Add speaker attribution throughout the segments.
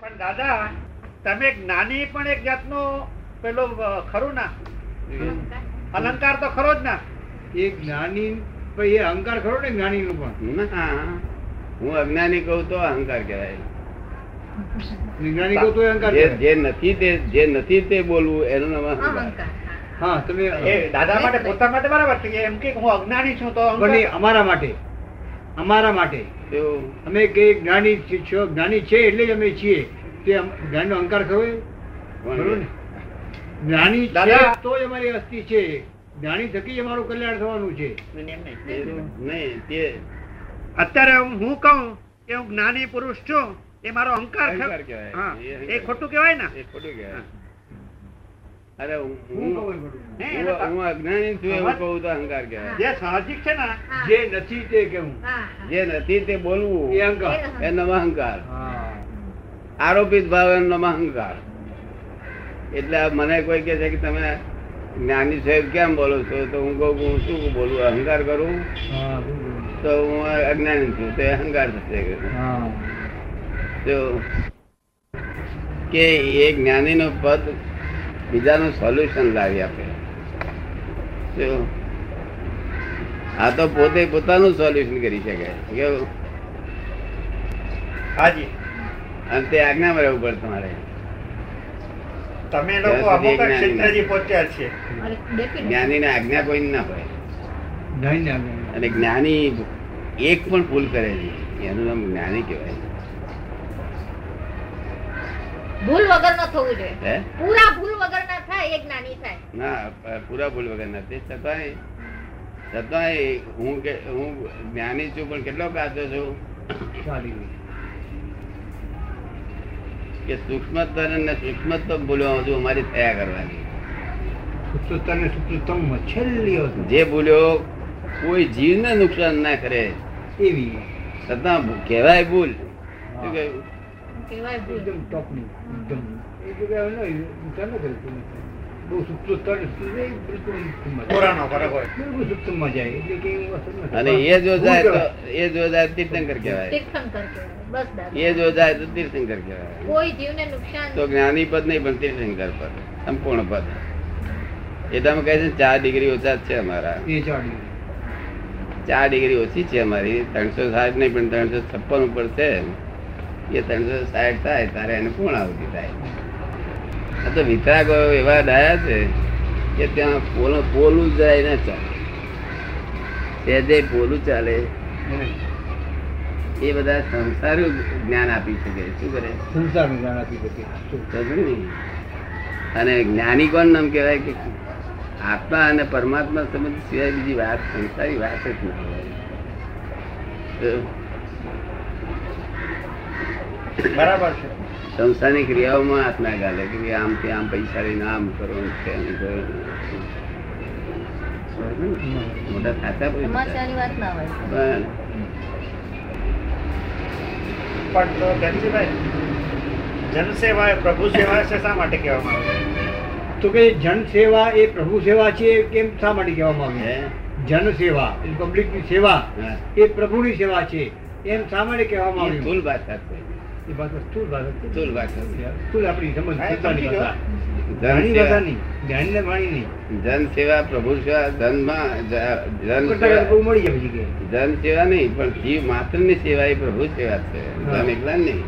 Speaker 1: પણ દાદા તમે જ્ઞાની પણ એક જાતનો પેલો અ, ખરું ના અલંકાર તો ખરો જ ના
Speaker 2: એ જ્ઞાની ભાઈ એ અહંકાર ખરો ને જ્ઞાની નું પણ
Speaker 3: ના, હું અજ્ઞાની કહું તો અહંકાર કહેવાય
Speaker 2: વિજ્ઞાનિકો તો એ અહંકાર
Speaker 3: જે-
Speaker 2: કરે.
Speaker 3: જે નથી તે જે નથી તે બોલવું એનું નામ અહંકાર
Speaker 4: અહંકાર હા.
Speaker 2: હા તમે
Speaker 1: એ દાદા માટે પોતા માટે બરાબર છે કે એમ કે હું અજ્ઞાની છું તો
Speaker 2: પણ એ
Speaker 1: અહંકાર.
Speaker 2: અમારા માટે અમારા માટે
Speaker 3: એવું.
Speaker 2: અમે કે જ્ઞાની છી- છો જ્ઞાની છે એટલે જ અમે છીએ તે અમ- જ્ઞાનનો અહંકાર ખરો એ? ખરો ને? જ્ઞાની
Speaker 1: દાદા-
Speaker 2: છે તો જ અમારી અસ્થિ છે જ્ઞાની થકી જ અમારું કલ્યાણ થવાનું છે
Speaker 1: એમ નહીં.
Speaker 3: એવું નહીં તે
Speaker 1: અત્યારે હું હું કહું કે હું જ્ઞાની પુરુષ છું એ મારો અહંકાર ખરો?
Speaker 3: અહંકાર કહેવાય.
Speaker 1: હા,
Speaker 3: એ અહંકાર.
Speaker 1: એ ખોટું કહેવાય ને
Speaker 3: એ ખોટું
Speaker 1: હા.
Speaker 3: કહેવાય અરે હું
Speaker 2: હું કહું
Speaker 3: હું
Speaker 2: એ બધું.
Speaker 1: હે, એનો
Speaker 3: હું અજ્ઞાની છું એવું કહું તો અહંકાર કહેવાય
Speaker 1: જે સાહજિક છે ને
Speaker 4: હા.
Speaker 2: જે નથી તે કેવું
Speaker 4: હા, હા.
Speaker 3: જે નથી તે બોલવું
Speaker 2: એ અહંકાર
Speaker 4: એ
Speaker 3: એનો અહંકાર
Speaker 2: હા
Speaker 3: આરોપિત ભાવ એમનો અહંકાર એટલે આ મને કોઈ કહે છે કે તમે જ્ઞાની સાહેબ કેમ બોલો છો તો હું કહું કે હું શું બોલું અહંકાર કરું
Speaker 2: હા, બરાબર.
Speaker 3: તો હું અજ્ઞાની છું તો એ અહંકાર થશે
Speaker 2: હા
Speaker 3: તો કે એ જ્ઞાનીનો પદ બીજાનું સોલ્યુશન લાવી આપે તો આ તો પોતે પોતાનું સોલ્યુશન કરી શકે કેવું?
Speaker 1: હાજી
Speaker 3: અને તે આજ્ઞામાં રહેવું પડે તમારે
Speaker 1: તમે લોકો
Speaker 3: ત્યાં
Speaker 1: અમુક જ
Speaker 3: સુધી જ્ઞાની ના.
Speaker 1: સિદ્ધજી પહોંચ્યા છે
Speaker 4: અરે, ડેપી ને.
Speaker 3: જ્ઞાનીને આજ્ઞા કોઈ ના હોય
Speaker 2: જ્ઞાનને અહંકાર.
Speaker 3: અને જ્ઞાની એક પણ ભૂલ કરે નહીં એનું નામ જ્ઞાની કહેવાય
Speaker 4: ભૂલ વગર ન થવું જોઈએ
Speaker 3: હે
Speaker 4: પૂરા ભૂલ વગર ના થાય એક નાની થાય
Speaker 3: ના પ- પૂરા ભૂલ વગર નથી છતાંય છતાંય હું કે હું જ્ઞાની છું પણ કેટલો કાચો છું
Speaker 2: ચાલી ગઈ.
Speaker 3: કે સૂક્ષ્મતર અને સૂક્ષ્મતમ ભૂલો હજુ અમારી થયા કરવાની
Speaker 2: સુપ્તતાને સુપ્તતમ છેલ્લી વસ્તુ.
Speaker 3: જે ભૂલો કોઈ જીવને નુકસાન ના કરે
Speaker 2: એવી
Speaker 3: છતાં ભૂ- કહેવાય ભૂલ શું કહ્યું?
Speaker 4: કેવાય ભૂલ
Speaker 2: એકદમ ટોપની એકદમ એ જગ્યાએ ન હોય, ઊંચા ન કરી તમે. બહુ સુપ્તતા ને સુપ્ત એ બિલકુલ સુપ્તમાં જાય.
Speaker 1: પુરાણો બરાબર
Speaker 2: બિલકુલ સુપ્તમાં જાય એટલે કે એવું અસર ન થાય.
Speaker 3: અને એ જો જાય
Speaker 2: ભૂલ કહેવાય.
Speaker 3: તો એ જો જાય તો તીર્થંકર કહેવાય
Speaker 4: તીર્થંકર કહેવાય બસ દાદા
Speaker 3: એ જો જાય તો તીર્થંકર કહેવાય
Speaker 4: કોઈ જીવને નુકસાન
Speaker 3: તો જ્ઞાની પદ નહીં પણ તીર્થંકર પદ સંપૂર્ણ પદ એ તમે કહે છે ચાર ડિગ્રી ઓછા જ છે અમારા
Speaker 2: એ ચાલી ગઈ.
Speaker 3: ચાર ડિગ્રી ઓછી છે અમારી ત્રણસો સાઠ નહીં પણ ત્રણસો છપ્પન ઉપર છે એ ત્રણસો સાઠ થાય તારે એને પૂર્ણ આવતી થાય આ તો વિતરાગો એવા ડાયા છે કે ત્યાં પોલો પોલું જાય ના ચાલે તે જે પોલું ચાલે એ બધા સંસારું જ્ઞાન આપી શકે શું કરે
Speaker 2: સંસારનું જ્ઞાન આપી શકે
Speaker 3: સમજ્યું ને? અને જ્ઞાની કોણ નામ કહેવાય કે આત્મા અને પરમાત્મા સંબંધ સિવાય બીજી વાત સંસારી વાત જ ના હોય તો
Speaker 1: બરાબર છે
Speaker 3: સંસ્થાની ક્રિયાઓમાં હાથ ના ગાલે કે ભઈ આમ થી આમ પૈસા લઈને આમ કરો ને તેમ કરો મોટા સાચા પૈસા
Speaker 4: સમસ્યાની વાત ના હોય
Speaker 3: પણ
Speaker 1: પણ તો ધનજીભાઈ જન સેવા એ પ્રભુ સેવા છે શા માટે કહેવામાં આવે
Speaker 2: તો કે જન સેવા એ પ્રભુ સેવા છે એ કેમ શા માટે કહેવામાં
Speaker 3: હે?
Speaker 2: આવે જન સેવા પબ્લિક ની સેવા
Speaker 3: હા.
Speaker 2: એ પ્રભુની સેવા છે એમ શા માટે કહેવામાં
Speaker 3: એ
Speaker 2: આવ્યું
Speaker 3: સ્થૂલ ભાષા છે.
Speaker 2: એ ભાષા સ્થૂળ ભાષા છે.
Speaker 3: સ્થૂળ ભાષા છે.
Speaker 2: સ્થૂળ આપણી સમજ
Speaker 1: હા, એ
Speaker 2: પોતાની
Speaker 1: સમજી ગયો.
Speaker 2: ભાષા.
Speaker 3: જન
Speaker 2: જ્ઞાની
Speaker 3: સેવા-
Speaker 2: ભાષા નહીં જ્ઞાનને વાણી નહીં
Speaker 3: જન સેવા પ્રભુ સેવા ધનમાં જ-
Speaker 2: કરતા
Speaker 3: જન
Speaker 2: કરતા
Speaker 3: સેવા
Speaker 2: બહુ મળી જાય પછી કે
Speaker 3: જન સેવા નહીં પણ જીવ માત્ર ની સેવા એ પ્રભુ સેવા છે
Speaker 2: હા.
Speaker 3: જન એકલા નહીં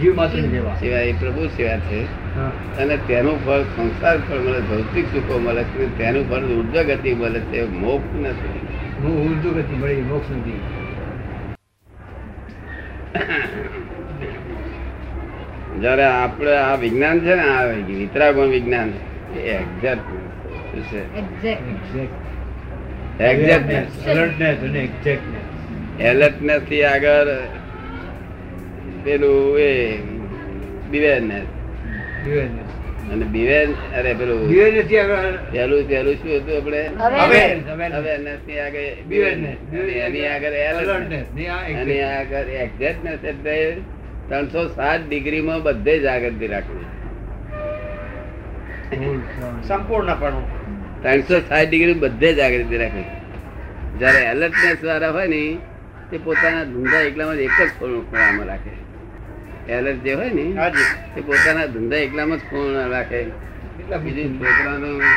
Speaker 2: જીવ માત્રની સેવા
Speaker 3: સેવા એ પ્રભુ સેવા છે
Speaker 2: હા.
Speaker 3: અને તેનું ફળ સંસાર ફળ મળે ભૌતિક સુખો મળે છે તેનું ફળ ઉર્જા ગતિ મળે છે મોક્ષ નથી
Speaker 2: હું ઊંધું ગતિ મળી મોક્ષ નથી
Speaker 3: જ્યારે આપણે આ વિજ્ઞાન છે ને આ વિતરાગોન વિજ્ઞાન એ એક્ઝેક્ટ શું છે
Speaker 4: એક્ઝેક્ટ
Speaker 2: Exact.
Speaker 3: એક્ઝેક્ટનેસ
Speaker 2: Alertness અને exactness.
Speaker 3: એલર્ટનેસ થી આગળ પેલું એ બિવેરનેસ
Speaker 2: Awareness.
Speaker 3: અને બિવેર અરે પેલું
Speaker 2: Awareness થી આગળ
Speaker 3: પહેલું પહેલું શું હતું આપણે
Speaker 4: હવે
Speaker 2: awareness, awareness.
Speaker 3: અવેરનેસ ની આગળ
Speaker 2: Awareness.
Speaker 3: બિવેરનેસ એની આગળ એલર્ટનેસ
Speaker 2: Alertness. ને આ
Speaker 3: અને
Speaker 2: exact.
Speaker 3: આગળ એક્ઝેક્ટનેસ એટલે ત્રણસો સાત ડિગ્રીમાં બધે જ આગળથી રાખવી
Speaker 2: Full sound.
Speaker 1: સંપૂર્ણપણું
Speaker 3: ત્રણસો સાત ડિગ્રી બધે જ આગળથી રાખવી જ્યારે એલર્ટનેસ વાળા હોય ને તે પોતાના ધંધા એકલામાં જ એક જ ખૂણો- ખૂણામાં રાખે એલર્ટ જે હોય ને
Speaker 1: હાજી
Speaker 3: તે પોતાના ધંધા એકલામાં જ પૂર્ણ રાખે બીજી છોકરાનું અ,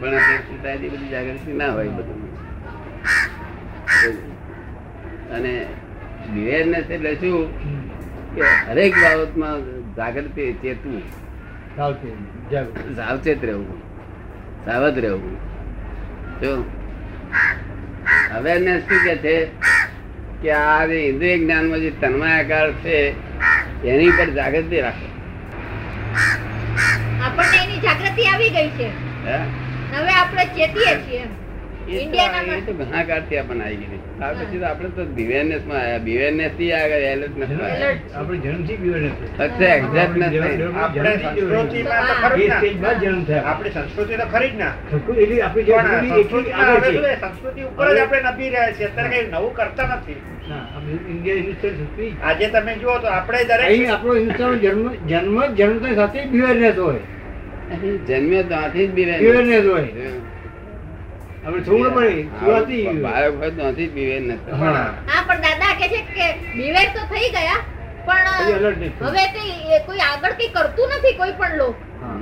Speaker 3: ભણાતર સુધારી બધી જાગૃતિ ના હોય બધું અને અવેરનેસ એટલે શું કે હરેક બાબતમાં જાગૃતિ ચેતવું
Speaker 2: ચાલતી જરૂર
Speaker 3: સાવચેત રહેવું સાવધ રહેવું જો અવેરનેસ શું કે છે કે આ જે ઇન્દ્રિય જ્ઞાનમાં જે તન્માયાકાર છે એની પર જાગૃતિ રાખો
Speaker 4: આપણને એની જાગૃતિ આવી ગઈ છે
Speaker 3: હે?
Speaker 4: હવે આપણે ચેતીએ છીએ એમ.
Speaker 3: એ તો આ-
Speaker 4: ઇન્ડિયાનામાં-
Speaker 3: એ તો ઘણા કાળથી આપણને આવી ગઈ છે. આ પછી તો આપણે તો બિવેરનેસમાં આવ્યા બિવેરનેસ થી આગળ alert નથી આવ્યા.
Speaker 4: Alert.
Speaker 2: આપણે જન્મથી જ બીવડ નથી.
Speaker 3: ફક્ત exactness નહીં.
Speaker 1: આપણે સંસ્કૃતિમાં તો ખરું જ
Speaker 2: એ સ્ટેજ
Speaker 1: ના
Speaker 2: બાદ જન્મ થાય
Speaker 1: આપણી સંસ્કૃતિ તો ખરી જ ના
Speaker 2: સંસ્કૃતિ એટલી આપણી
Speaker 1: પણ આ
Speaker 2: જાગૃતિ
Speaker 1: સંસ્કૃતિમાં હવે
Speaker 2: એટલી આગળ છે.
Speaker 1: શું છે? સંસ્કૃતિ ઉપર જ આપણે નભી રહ્યા છીએ અત્યારે કઈ નવું કરતા નથી
Speaker 2: હા, આપણે ઇન્ડિયા હિન્દુસ્તાન સંસ્કૃતિ.
Speaker 1: આજે તમે જુઓ તો આપણે દરેક
Speaker 2: અહીં આપણો હિન્દુસ્તાન જન્મ જન્મ જ જન્મતા સાથે જ બીવડનેસ હોય
Speaker 3: અહીં જન્મ્યો તો ત્યાંથી જ બિવેરનેસ.
Speaker 2: બીવડનેસ હોય આપણે થોડું પડે સુવાથી
Speaker 3: હા, બાળક હોય ત્યાંથી જ બિવેરનેસ.
Speaker 2: હા
Speaker 4: હા પણ દાદા કહે છે કે beware તો થઈ ગયા
Speaker 2: હજી alert
Speaker 4: પણ
Speaker 2: નથી.
Speaker 4: હવે કઈ કોઈ આગળ કઈ કરતું નથી કોઈ પણ લોક
Speaker 2: હા.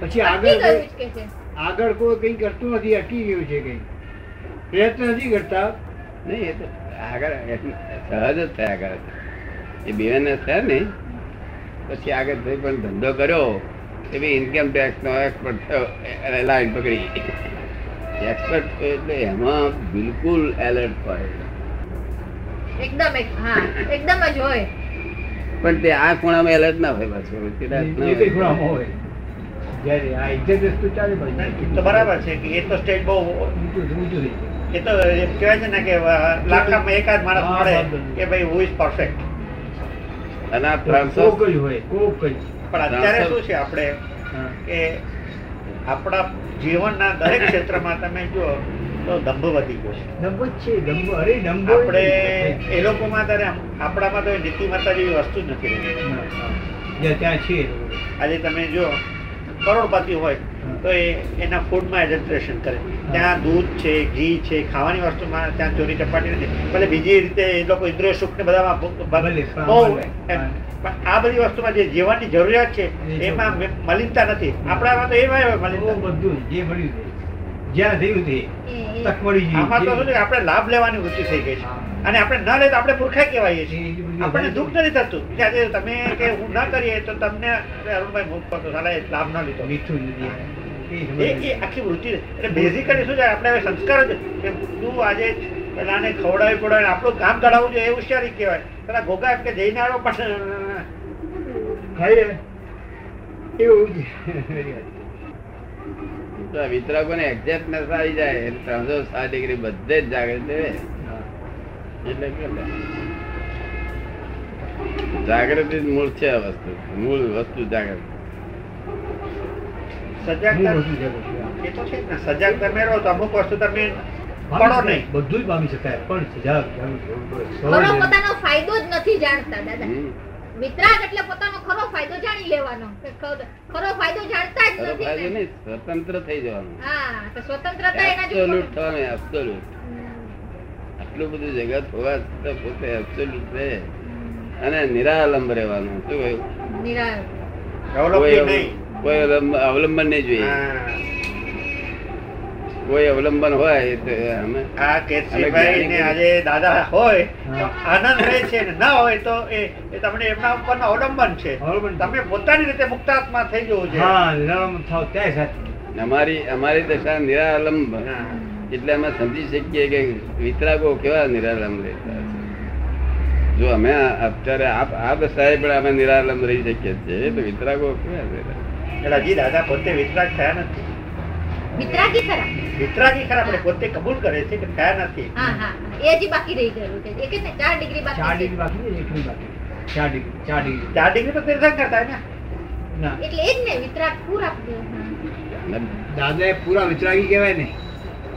Speaker 2: પછી
Speaker 4: અટકી
Speaker 2: આગળ
Speaker 4: ગયું જ કે છે
Speaker 2: આગળ કોઈ કંઈ કરતું નથી અટકી ગયું છે કંઈ પ્રયત્ન નથી કરતા
Speaker 3: નહીં, એ તો આગળ એમ સહજ જ થયા કરે છે. એ બિવેરનેસ થયા ને પછી આગળ થઈ પણ ધંધો કર્યો એ બી ઇન્કમ ટેક્સ નો એક્સપર્ટ થયો એ લાઈન પકડી એક્સપર્ટ એટલે એમાં બિલકુલ એલર્ટ હોય
Speaker 4: એકદમ એક હા એકદમ જ હોય
Speaker 3: પણ તે આ ખૂણામાં એલર્ટ ના હોય પાછું ચિડાસ ના
Speaker 2: એ કંઈ
Speaker 3: હોય.
Speaker 2: ખૂણામાં હોય જ્યારે આ ઇજ્જત વસ્તુ ચાલે પણ
Speaker 1: તો બરાબર છે કે એ તો સ્ટેજ બહુ
Speaker 2: ઊંચું ઊંચું થઈ જાય.
Speaker 1: એ તો એમ કહેવાય છે ને કે લાખામાં એકાદ માણસ
Speaker 2: હા,
Speaker 1: મળે
Speaker 2: બરાબર.
Speaker 1: કે ભાઈ હુ ઇઝ પરફેક્ટ
Speaker 3: અને આ ત્રણસો
Speaker 2: કોક જ હોય કોક જ
Speaker 1: પણ અત્યારે
Speaker 3: બરાબર.
Speaker 1: શું છે આપણે
Speaker 2: હા.
Speaker 1: કે આપણા જીવનના દરેક ક્ષેત્રમાં તમે જુઓ તો દંભ વધી ગયો છે
Speaker 2: ડંબો જ છે ડંબો અરે ડંબો જ
Speaker 1: આપણે
Speaker 2: છે.
Speaker 1: એ લોકોમાં ત્યારે આમ- આપણામાં તો એ નીતિમત્તા જેવી વસ્તુ જ નથી રહી.
Speaker 2: હા, હા. જ્યાં ત્યાં છે એ લોકો.
Speaker 1: આજે તમે જો કરોડપતિ હોય તો એ એના ફૂડમાં એડલ્ટ્રેશન કરે ત્યાં દૂધ છે ઘી છે ખાવાની વસ્તુમાં ત્યાં ચોરી ચપાટી નથી ભલે બીજી રીતે એ લોકો ઇન્દ્રિય સુખને બધામાં બહુ-
Speaker 2: ભલે, હા,
Speaker 1: બહુ
Speaker 2: ભલે.
Speaker 1: એમ. પણ આ બધી વસ્તુમાં જે જીવનની જરૂરિયાત છે
Speaker 2: એ તો-
Speaker 1: એમાં મે- મલિનતા નથી આપણામાં તો એમાં
Speaker 2: બહુ
Speaker 1: મલિનતા
Speaker 2: બધું જે મળ્યું તે જ્યાં થયું તે
Speaker 4: એ- એ-
Speaker 2: તક મળી ગઈ
Speaker 1: આમાં તો
Speaker 2: જે-
Speaker 1: શું છે કે આપણે લાભ લેવાની વૃત્તિ થઈ ગઈ છે
Speaker 2: હા.
Speaker 1: અને આપણે ના લે તો આપણે પૂર્ખાઈ કહેવાય
Speaker 2: એ
Speaker 1: છીએ
Speaker 2: એટલી બધી
Speaker 1: આપણને
Speaker 2: વાત
Speaker 1: દુઃખ નથી થતું કે આજે તમે કે હું ના કરીએ તો તમને અરે અરુણભાઈ મુખ પડતો સાલા એ લાભ ના લીધો
Speaker 2: મીઠું નથી. કઈ ખબર
Speaker 1: એ
Speaker 2: નથી.
Speaker 1: એ આખી વૃત્તિ છે. એટલે બેઝિકલી શું છે આપણે હવે સંસ્કાર જ કે તું આજે પેલાને ખવડાવી પડાવી આપણું કામ કઢાવવું જોઈએ એ હોશિયારી કહેવાય પેલા ગોગા એમ કે જઈને આવ્યો પણ
Speaker 2: ખાઈએ. એવું જ. ખરી વાત.
Speaker 3: તો આ વિતરાગોને exactness આવી જાય એટલે ત્રણસો સાત ડિગ્રી બધે જ જાગૃત રહે
Speaker 2: હા.
Speaker 3: એટલે કેમ? જાગૃતિ જ મૂળ છે આ વસ્તુ મૂળ વસ્તુ જાગૃતિ
Speaker 1: સજાગતા
Speaker 2: હું બધું જાગું છું.
Speaker 1: એ તો છે જ ને સજાગ તમે રહો તો અમુક વસ્તુ તમે પડો
Speaker 2: પામી
Speaker 1: નહીં
Speaker 2: શકાય. બધું જ પામી શકાય પણ સજાગ જાણવું જરૂર પડે. સવાર
Speaker 4: ખરો
Speaker 2: જેમ.
Speaker 4: પોતાનો ફાયદો જ નથી જાણતા દાદા
Speaker 3: હમ.
Speaker 4: વિતરાગ એટલે પોતાનો ખરો ફાયદો જાણી લેવાનો કે ખરો- ખરો ફાયદો જાણતા જ
Speaker 3: ખરો
Speaker 4: નથી
Speaker 3: ફાયદો
Speaker 4: ને.
Speaker 3: નહીં, સ્વતંત્ર થઈ જવાનું
Speaker 4: હા તો સ્વતંત્રતા એના જો
Speaker 3: એબ્સોલ્યુટ થવાનું એબ્સોલ્યુટ આટલું બધું જગત હોવા છતાં પોતે એબ્સોલ્યુટ રહે અને નિરાલંબ રહેવાનું શું કહ્યું?
Speaker 4: નિરાળ
Speaker 1: ડેવલપમેન્ટ
Speaker 3: કોઈ
Speaker 1: નહીં
Speaker 3: કોઈ અવલંબ- અવલંબન નહીં જોઈએ
Speaker 1: હા.
Speaker 3: કોઈ અવલંબન હોય તો અમે
Speaker 1: આ કેતસીભાઈ ને આજે દાદા હોય તો આનંદ રહે છે ને ના હોય તો એ એ તમને એમના ઉપર અવલંબન છે
Speaker 2: અવલંબન.
Speaker 1: તમે પોતાની રીતે મુક્તાત્મા થઈ જવું છે
Speaker 2: હા, નિરાળામાં થાવ ત્યાં સાથે.
Speaker 3: અમારી અમારી દશા નિરાલંબ
Speaker 1: હા.
Speaker 3: એટલે અમે સમજી શકીએ કે વિતરાગો કેવા નિરાલંબ રહેતા છે જો અમે આ- અત્યારે આ આ દશાએ પણ અમે નિરાલંબ રહી શકીએ છીએ તો વિતરાગો કેવા નિરાલંબ?
Speaker 1: એટલે હજી દાદા પોતે વિતરાગ થયા નથી
Speaker 4: વિતરાગી ખરા
Speaker 1: વિતરાગી ખરા પણ એ પોતે કબૂલ કરે છે કે થયા નથી
Speaker 4: હા હા એ હજી બાકી રહી ગયેલું છે એ કે ને ચાર ડિગ્રી
Speaker 2: ચાર
Speaker 4: બાકી
Speaker 2: ડિગ્રી
Speaker 4: છે.
Speaker 2: બાકી છે, એકની બાકી. ચાર ડિગ્રી, ચાર ડિગ્રી.
Speaker 1: ચાર ડિગ્રી તો તીર્થંકર થાય ને
Speaker 2: ના.
Speaker 4: એટલે એ જ ને વિતરાગ પૂરા
Speaker 3: અને
Speaker 2: દાદા એ પૂરા વિતરાગી કહેવાય ને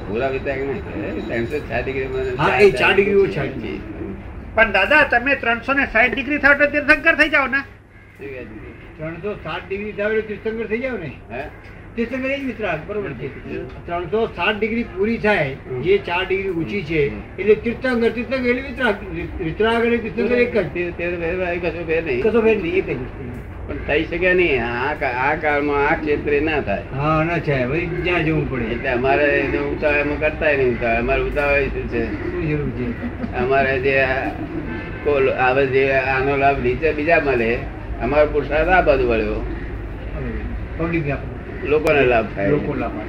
Speaker 3: પૂરા વિતરાગ નહીં કહેવાય. 360 ડિગ્રીમાં
Speaker 2: હા, એ ચાર ડિગ્રી ઓછા છે.
Speaker 3: શું
Speaker 1: પણ દાદા તમે ત્રણસો ને સાઠ ડિગ્રી થાવ તો તીર્થંકર થઈ જાવ ને
Speaker 3: કહે છે?
Speaker 2: ત્રણસો સાત ડિગ્રી ધાવે તીર્થંકર થઈ જાવ ને
Speaker 3: હે?
Speaker 5: તે સમયે એ જ વિતરાગ બરોબર છે
Speaker 2: ત્રણસો સાત ડિગ્રી પૂરી થાય
Speaker 3: હમ.
Speaker 2: જે ચાર ડિગ્રી ઊંચી છે
Speaker 3: હમ.
Speaker 2: એટલે તીર્થંકર તીર્થંકર એટલે વિતરાગ વિતરાગ અને તીર્થંકર એક જ
Speaker 3: તે- તે ભેદભાવ કશો ભેદ નહીં.
Speaker 5: કશો ભેદ નહીં, એક જ વસ્તુ.
Speaker 3: પણ થઈ શકે નહીં આ કા- આ કાળમાં આ ક્ષેત્રે ના થાય
Speaker 2: હા ના છે ભાઈ જ્યાં જવું પડે
Speaker 3: એટલે અમારે એને ઉતાવળ એમાં કરતા નહીં ઉતાવળ અમારે ઉતાવળ શું છે
Speaker 2: શું જરૂર છે
Speaker 3: અમારે જે આ કોલ- આવે જે આનો લાભ નીચે બીજા મળે અમારો પુરુષાર્થ આ બાજુ વળ્યો
Speaker 2: પબ્લિક વ્યાપાર
Speaker 3: લોકોને લાભ થાય
Speaker 2: લોકો લાવવા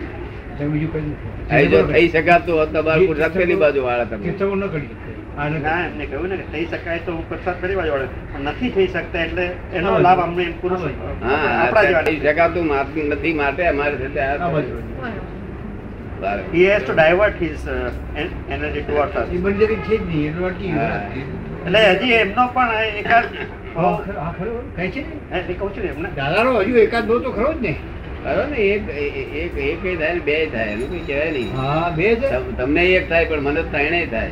Speaker 2: બીજું કઈ
Speaker 3: અહીં જો
Speaker 2: નથી
Speaker 3: થઈ શકાતું હોત તો મારો પુરુષાર્થ પેલી બાજુ વાળા તમે
Speaker 2: તીર્થંકર ન કરી શકે આ ન કરી
Speaker 1: ના, એમને કહ્યું ને કે થઈ શકાય તો હું પ્રસાદ ફરી બાજુ વળે. પણ નથી થઈ શકતા એટલે એનો લાભ અમને એમ પુરુષ
Speaker 3: હા
Speaker 1: આપણા
Speaker 3: આ
Speaker 1: જેવા
Speaker 3: થઈ શકાતું માત- નથી માટે અમારે છે તે આ
Speaker 2: શકે. આ બાજુ.
Speaker 3: બરાબર.
Speaker 1: He has to divert his uh, en- energy towards us.
Speaker 2: એ બધી જગ્યાએ છે જ નહીં એટલું અટકી ગયું.
Speaker 3: હા.
Speaker 1: એટલે હજી એમનો પણ આ એકાદ
Speaker 2: હા, ખરો- હા, ખરો. કહે છે ને?
Speaker 1: એ- એ કહું છું ને એમને
Speaker 2: દાદાનો હજુ એકાદ બહુ તો ખરો જ ને
Speaker 3: બરાબર ને એક એક- એક એક એ થાય ને બે થાય એનું કઈ કહેવાય નહીં
Speaker 2: હા બે જ
Speaker 3: તમ- તમને એક થાય પણ મને ત્રણેય થાય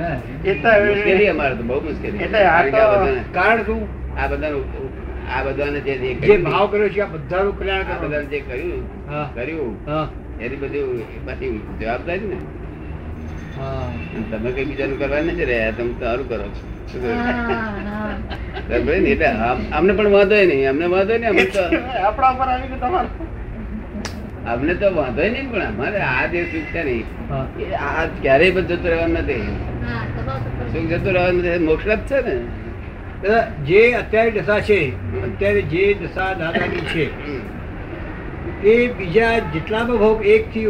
Speaker 2: હા.
Speaker 1: એ તો હવે-
Speaker 3: મુશ્કેલી અમારે તો બહુ મુશ્કેલી
Speaker 1: એટલે આ
Speaker 3: કારણ કે આ
Speaker 1: તો-
Speaker 3: બધાને
Speaker 2: કારણ શું
Speaker 3: આ બધાને ઉપ- ઉપ- આ બધાને જે જે
Speaker 2: જે
Speaker 3: કર્યું,
Speaker 2: ભાવ કર્યો છે આ બધાનું
Speaker 3: આ
Speaker 2: કલ્યાણ કરો
Speaker 3: બધાને જે કર્યું
Speaker 2: હા.
Speaker 3: કર્યું
Speaker 2: હા
Speaker 3: એની બધી પાછી જવાબદારી ને
Speaker 2: હા
Speaker 3: અને તમે કઈ બીજાનું કરવા નથી રહ્યા તમે સારું કરો છો શું કરો છો?
Speaker 4: હા
Speaker 3: બરાબર ને? એટલે આમ- અમને પણ વાંધો નહીં અમને વાંધો નહીં અમને તો
Speaker 1: આપણા ઉપર આવી ગયું તમારું
Speaker 3: અમને તો વાંધો નહીં પણ અમારે આ જે સુખ છે ને
Speaker 2: હા
Speaker 3: એ આ ક્યારેય પણ જતું રહેવાનું નથી
Speaker 4: હા તમારો તો
Speaker 3: સુખ જતું રહેવાનું નથી મોક્ષ જ છે ને
Speaker 2: દાદા, જે અત્યારે દશા છે અત્યારે જે દશા દાદાની છે
Speaker 3: હમ.
Speaker 2: એ બીજા જેટલા પણ ભોગ એક થી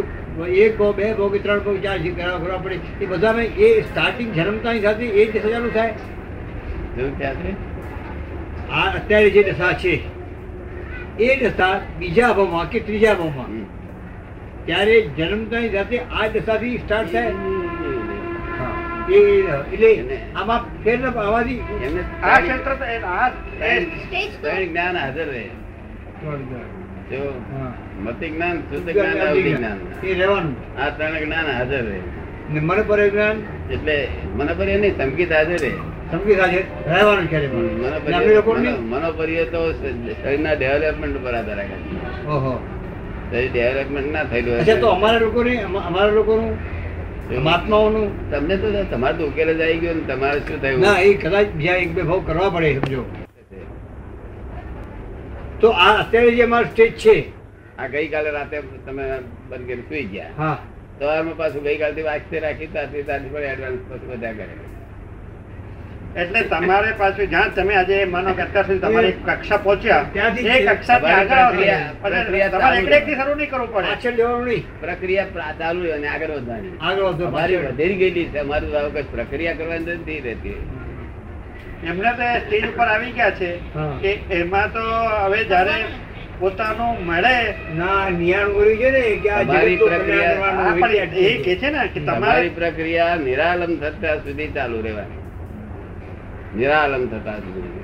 Speaker 2: એક ભોગ બે ભોગ કે ત્રણ ભોગ ચાર જે કરવા કરવા પડે એ બધામાં એ સ્ટાર્ટિંગ જન્મતાની સાથે એ જ દશા ચાલુ થાય
Speaker 3: જોયું ત્યાં છે?
Speaker 2: આ અત્યારે જે દશા છે એ દશા બીજા ભાવમાં કે ત્રીજા ભાવમાં
Speaker 3: હમ.
Speaker 2: ત્યારે જન્મતાની સાથે આ દશાથી સ્ટાર્ટ થાય
Speaker 3: એમને
Speaker 2: એ એટલે આમાં ફેર આવવાથી
Speaker 1: આ ક્ષેત્ર તો એ- આ એ
Speaker 4: સ્ટેજ તો
Speaker 3: ત્રણ જ્ઞાન હાજર રહે જો
Speaker 2: હા.
Speaker 3: મતિ જ્ઞાન શુદ્ધ જ્ઞાન અવધિ જ્ઞાન
Speaker 2: એ રહેવાનું
Speaker 3: આ ત્રણ જ્ઞાન હાજર રહે
Speaker 2: ને મન પર એ જ્ઞાન
Speaker 3: એટલે મને પર એની સંગીત હાજર રહે
Speaker 2: સમજી સાથે રહેવાનું ક્યારે પણ.
Speaker 3: મનો
Speaker 2: ને આપણે લોકોને
Speaker 3: મનો- મનોપર્ય તો શરીરના ડેવલપમેન્ટ ઉપર આધાર રાખે છે.
Speaker 2: ઓહો
Speaker 3: શરીર ડેવલપમેન્ટ ના થયેલું હોય
Speaker 2: અચ્છા તો અમારા લોકોને અમા- અમારા લોકોનું મહાત્માઓનું
Speaker 3: તમને તો તમારે તો ઉકેલ જ આવી ગયો ને તમારે શું થયું
Speaker 2: ના એ કદાચ બીજા એક બે ભાવ કરવા પડે સમજો તો આ અત્યારે જે અમારો સ્ટેજ છે
Speaker 3: આ ગઈકાલે રાતે તમે બંધ કરી સુઈ ગયા
Speaker 2: હા
Speaker 3: સવારમાં પાછું ગઈકાલથી વાંચતે રાખી તાથી તાથી પણ એડવાન્સ પછી બધા કરે
Speaker 1: એટલે તમારે પાછું જ્યાં તમે આજે માનો કે અત્યાર સુધી તમારી કક્ષા પહોંચ્યા
Speaker 2: ત્યાંથી
Speaker 1: એ કક્ષાથી
Speaker 3: તમારી
Speaker 1: આગળ આવશે. એટલે
Speaker 3: પ્રક્રિયા- પ્રક્રિયા
Speaker 1: તમારે
Speaker 3: ચાલુ
Speaker 1: એકડે એકથી શરૂ નહીં કરવું પડે
Speaker 2: પાછળ જવાનું નહીં
Speaker 3: પ્રક્રિયા પ્રા- ચાલુ રહે અને આગળ વધવાની
Speaker 2: આગળ વધો
Speaker 3: અમારી
Speaker 2: પાછળ.
Speaker 3: વધેરી ગયેલી છે અમારું આ વખત પ્રક્રિયા કરવાની નથી રહેતી
Speaker 1: એમને તો એ સ્ટેજ ઉપર આવી ગયા છે
Speaker 2: હા.
Speaker 1: કે એમાં તો હવે જ્યારે પોતાનું મળે
Speaker 2: ના નિયાણ કર્યું છે ને કે આ
Speaker 3: અમારી
Speaker 2: જગતનું કલ્યાણ
Speaker 3: પ્રક્રિયા-
Speaker 1: આ પણ
Speaker 2: કરવાનું વિદ્યાર્થી
Speaker 1: એ કે છે ને કે
Speaker 3: તમારી
Speaker 1: તમારે
Speaker 3: પ્રક્રિયા નિરાલમ થતા સુધી ચાલુ રહેવાની નિરાલમ થતા સુધી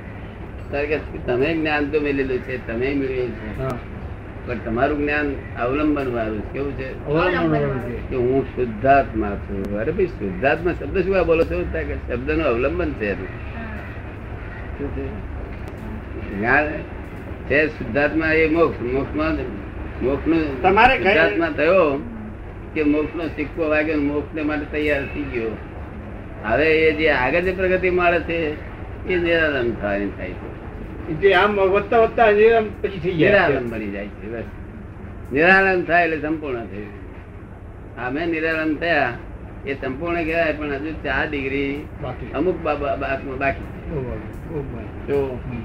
Speaker 3: કારણ કે તમે જ્ઞાન તો મેળવેલું છે તમે મેળવ્યું છે
Speaker 2: હા.
Speaker 3: પણ તમારું જ્ઞાન અવલંબન વાળું છે. કેવું છે
Speaker 2: અવલંબન વાળું છે.
Speaker 3: કે હું શુદ્ધાત્મા છું અરે ભાઈ શુદ્ધાત્મા શબ્દ શું આ બોલો છો ત્યાં કે શબ્દનું અવલંબન છે એનું. શું છે? જ્ઞાન છે શુદ્ધાત્મા એ મોક્ષ મોક્ષમાં મોક્ષનું
Speaker 1: તમારે કઈ-
Speaker 3: શુદ્ધાત્મા થયો કે મોક્ષનો સિક્કો વાગ્યો ને મોક્ષને માટે તૈયાર થઈ ગયો હવે એ જે આગળ જે પ્રગતિ માળે છે એ નિરાલંબ થવાની થાય છે
Speaker 2: એટલે આમ વધતા વધતા હજી આમ પછી થઈ જાય
Speaker 3: નિરાલંબ બની જાય છે બસ નિરાલંબ થાય એટલે સંપૂર્ણ થયું અમે નિરાલંબ થયા એ સંપૂર્ણ કહેવાય પણ હજુ ચાર ડિગ્રી
Speaker 2: બાકી
Speaker 3: અમુક બા- બા- બા- બાકી
Speaker 2: ખૂબ ખૂબ બરાબર.
Speaker 3: જો
Speaker 2: હમ.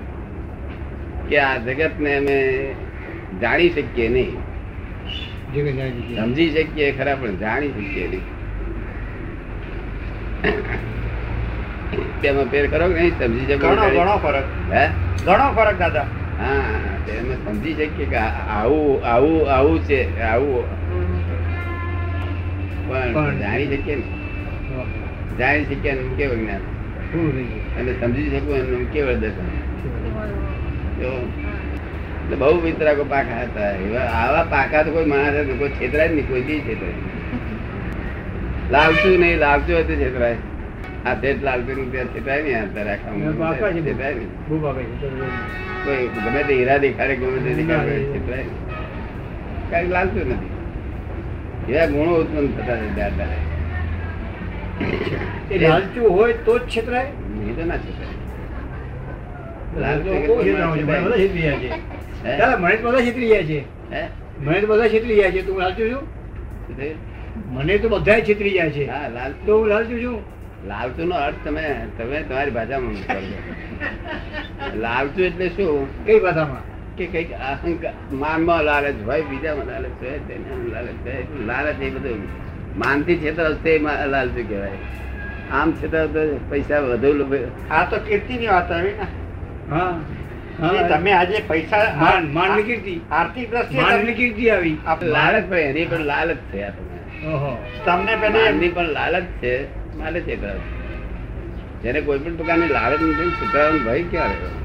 Speaker 3: કે આ જગતને અમે જાણી શકીએ નહીં
Speaker 2: જે કંઈ થાય છે.
Speaker 3: સમજી શકીએ ખરા પણ જાણી શકીએ નહીં તેમાં ફેર ખરો કે નહીં સમજી શકો
Speaker 1: ઘણો ઘણો ફરક
Speaker 3: હે
Speaker 1: ઘણો ફરક દાદા
Speaker 3: હા તેમાં સમજી શકીએ કે આ- આવું આવું આવું છે આવું પણ
Speaker 2: પણ-
Speaker 3: જાણી શકીએ ને
Speaker 2: બરાબર.
Speaker 3: જાણી શકીએ એનું કેવળ જ્ઞાન
Speaker 2: પૂરું થઈ ગયું.
Speaker 3: અને સમજી શકું એનું કેવળ દર્શન જો
Speaker 4: હા.
Speaker 3: એટલે બહુ વિતરાકો પાકા હતા એવા આવા પાકા તો કોઈ માણસ જ નહીં, કોઈ છેતરાય જ નહીં કોઈ દી છેતરાય નહીં. લાલચું નહીં લાલચું હતું છેતરાય આ શેઠ લાલચું નું ત્યાં છેતરાય નહીં આ તારે આખા
Speaker 2: મેં તો આપ્યા છે
Speaker 3: ઉંમરમાં છેતરાય નહીં.
Speaker 2: ખૂબ આપ્યા છે.
Speaker 3: કોઈ ગમે તે હીરા દેખાડે ગમે તે દેખાડે
Speaker 2: ના, એ-
Speaker 3: છેતરાય નહીં. કાંઈ લાલતું નથી એવા ગુણો ઉત્પન્ન થતા છે ત્યાં તારે.
Speaker 2: એ લાલચું હોય તો જ છેતરાય
Speaker 3: એ તો ના છૂટે. લાલચું
Speaker 2: લાલચું
Speaker 3: કે
Speaker 2: બહુ છેતરાવું છે. મને બધા છેતરી ગયા છે દાદા મને તો બધા છેતરી ગયા છે
Speaker 3: હે?
Speaker 2: મને તો બધા છેતરી ગયા છે તું લાલચું છું મને તો બધા છેતરી ગયા
Speaker 3: શું થયું?
Speaker 2: છે
Speaker 3: હા લાલ
Speaker 2: તો હું લાલચું છું
Speaker 3: લાલતું નો અર્થ તમે તમે તમારી ભાષામાં સમજો લાલતું એટલે શું
Speaker 2: કઈ ભાષામાં
Speaker 3: કે કઈક અહંકાર માનમાં લાલચ હોય બીજામાં લાલચ હોય તેનામાં લાલચ હોય લાલચ એ બધું માનથી છેતરાવ તે મા- લાલચું કહેવાય આમ છતાં તો પૈસા વધુ લોભે
Speaker 1: આ તો કીર્તિની વાત આવી ને
Speaker 2: હા
Speaker 1: જે
Speaker 2: હા
Speaker 1: તમે આજે પૈસા
Speaker 2: માન માનની કીર્તિ
Speaker 1: આર્થિક દ્રષ્ટિએ
Speaker 2: માનની
Speaker 1: તમને-
Speaker 2: કીર્તિ આવી
Speaker 1: આપ-
Speaker 3: લાલચ પણ એની પણ લાલચ છે આ તમે
Speaker 2: ઓહો
Speaker 1: તમને પેલા એમ-
Speaker 3: માનની પણ લાલચ છે લાલચ એ ધરાવે છે. જેને કોઈ પણ પ્રકારની લાલચ નથી ને છૂટાવાનો ભય ક્યાં રહ્યો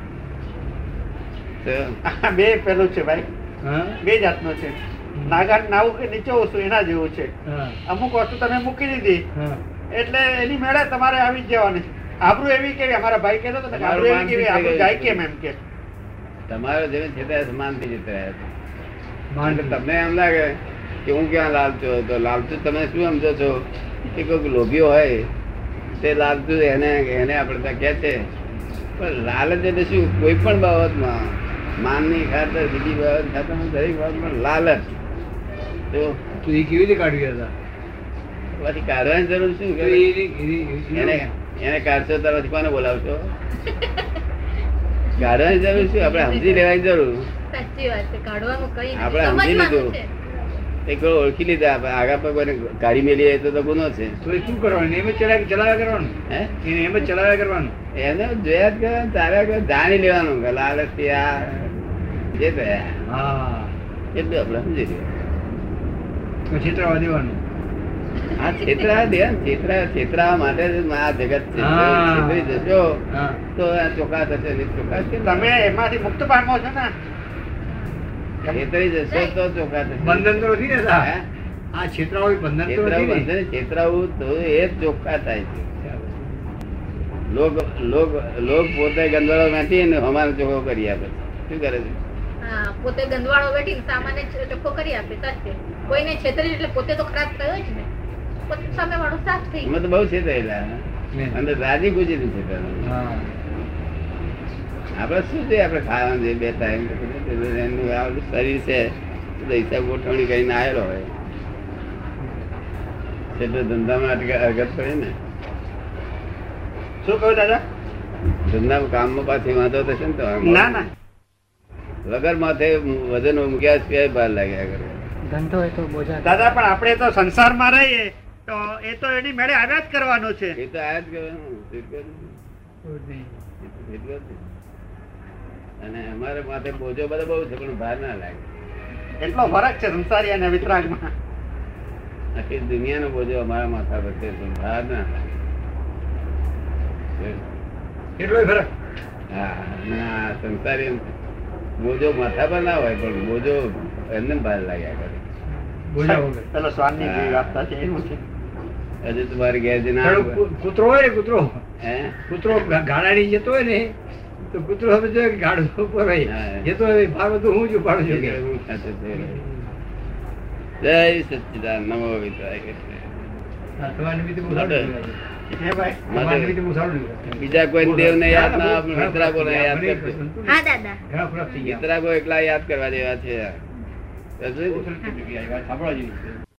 Speaker 3: તો
Speaker 1: આ બે પેલું છે ભાઈ
Speaker 2: હા
Speaker 1: બે જાતનો છે નાગાન નાવું કે નીચે ઓછું એના જેવું છે
Speaker 2: હા
Speaker 1: અમુક વસ્તુ તમે મૂકી દીધી
Speaker 2: હા
Speaker 1: એટલે એની મેળે તમારે આવી જ જવાની આબરૂ એવી કેવી અમારા ભાઈ કહેતો હતો ને કે આબરૂ એવી કેવી આબરૂ જાય કેમ એમ કે
Speaker 3: તમારો જેને છેતરાય છે માનથી છેતરાય છે.
Speaker 2: માન
Speaker 3: એટલે તમને એમ લાગે કે હું ક્યાં લાલચો હતો લાલચું તમે શું સમજો છો કે કોઈક લોભીઓ હોય તે લાલચું એને એને આપણે ત્યાં કહે છે પણ લાલચ એટલે શું કોઈ પણ બાબતમાં માનની ખાતર બીજી બાબત ખાતર દરેક બાબતમાં લાલચ તો
Speaker 2: તો એ કેવી રીતે કાઢવી હતા
Speaker 3: પછી કાઢવાની જરૂર શું
Speaker 2: તો
Speaker 3: કે
Speaker 2: એની- એની- એની-
Speaker 3: એને એને કાઢશો તો પછી કોને બોલાવશો કાઢવાની જરૂર શું આપણે સમજી લેવાની જરૂર
Speaker 4: સાચી વાત છે કાઢવાનું કઈ નથી.
Speaker 3: આપણે સમજી
Speaker 4: સમજવાનું
Speaker 3: લીધું.
Speaker 4: છે.
Speaker 3: એક વાર ઓળખી લીધા આપણે આગા પર કોઈને કાઢી મેલીએ તો તો ગુનો છે
Speaker 2: તો એ શું કરવાનું એમ જ ચલાવ્યા ચલાવ્યા કરવાનું
Speaker 3: હે
Speaker 2: એને એમ જ ચલાવ્યા કરવાનું
Speaker 3: એને જોયા જ કરવાનું તારે આગળ જાણી લેવાનું કે લાલચથી આ જે થયા
Speaker 2: હા
Speaker 3: એટલું આપણે સમજી લેવું.
Speaker 2: તો છેતરાવા દેવાનું
Speaker 3: આ છેતરા દે ને, છેતરા છેતરાવા માટે જ આ જગત છે
Speaker 2: હા.
Speaker 3: છેતરી જશો
Speaker 2: હા
Speaker 3: તો આ ચોખા થશે નહીં ચોખા
Speaker 1: કે
Speaker 3: છે
Speaker 1: તમે એમાંથી મુક્ત પામો છો ને
Speaker 3: છેતરી જશો તો ચોખા થશે
Speaker 2: બંધન તો નથી ને
Speaker 3: હે?
Speaker 2: સાહેબ? આ છેતરાવું બંધન તો
Speaker 3: છેતરાવું
Speaker 2: નથી ને?
Speaker 3: બંધન, છેતરાવું તો એ જ ચોખ્ખા થાય છે લોક લોક લોક પોતે ગંદવાળો નથી અને અમારો ચોખ્ખો કરી આપે છે. શું કરે છે
Speaker 4: હા, પોતે ગંદવાળો બેઠીને સામાન્ય ચ- ચોખ્ખો કરી આપે સાચે કોઈને છેતરી એટલે પોતે તો ખરાબ થયો જ ને પછી સામે વાળો સાફ થઈ
Speaker 3: અમે તો બહુ છેતરેલા
Speaker 2: ને.
Speaker 3: અને રાજી ખુશી થી છેતરેલા
Speaker 2: હા.
Speaker 3: આપણે શું છે આપણે ખાવાનું છે બે ટાઈમ એનું આવડું શરીર છે તો પૈસા ગોઠવણી કરીને આવેલો હોય એટલે ધંધામાં અટકા- અડગત પડે ને
Speaker 1: શું કહ્યું દાદા
Speaker 3: ધંધામાં કામમાં પાછી વાંધો થશે ને તો આમ.
Speaker 1: ના ના
Speaker 3: વગર માથે વજન મૂક્યા સિવાય બહાર લાગ્યા કરે
Speaker 1: દાદા પણ આપણે તો સંસારમાં રહીએ તો એ તો એની મેળે આવ્યા જ કરવાનો છે
Speaker 3: એ તો આ જ કરવાનું એ તો એ જ કરવાનું. અને અમારે માથે બોજો બધો બહુ છે પણ ભાર ના લાગે
Speaker 1: એટલો ફરક છે સંસારી અને વિતરાગમાં
Speaker 3: આખી દુનિયાનો બોજો અમારા માથા પર છે પણ ભાર ના લાગે
Speaker 2: એટલોય ફરક
Speaker 3: હા, ના, સંસારી એમ બોજો માથા પર ના હોય પણ બોજો એમને ભાર લાગ્યા કરે
Speaker 2: બોલ્યા વગર
Speaker 1: પેલો સ્વાનની જેવી વાર્તા છે એવું છે
Speaker 3: હજુ તમારે ઘેર જે ના
Speaker 2: પેલો કૂ- કૂતરો હોય ને કૂતરો
Speaker 3: હે
Speaker 2: કૂતરો ગા- ગાળાડી જતો હોય ને તો કૂતરો સમજે કે ગાળો ઉપર હોય
Speaker 3: હા.
Speaker 2: જતો હોય ભાર બધું હું જ ઉપાડું છું કે.
Speaker 3: હું ખાતો થઈ રહ્યો. જય સચ્ચિદાન નમો વિદ્વાય
Speaker 2: હા, તમારા નિમિત્તે બહુ સારું નીવડ્યું.
Speaker 1: હે ભાઈ
Speaker 2: તમારા નિમિત્તે બહુ સારું નીવડ્યું.
Speaker 3: બીજા કોઈ દેવને યાદ ના આપો,
Speaker 2: ઘણા ખરાબ
Speaker 3: વિતરાગોને
Speaker 2: થઈ ગયા.
Speaker 3: યાદ
Speaker 2: મને
Speaker 3: કરજો.
Speaker 2: સંતોષ.
Speaker 4: હા દાદા
Speaker 2: ઘણા ખરાબ થઈ ગયા.
Speaker 3: વિતરાગો એકલા યાદ કરવા જેવા છે સમજ્યું?
Speaker 2: બહુ સરસ થઈ ગયા. એ વાત સાંભળવા જેવી છે.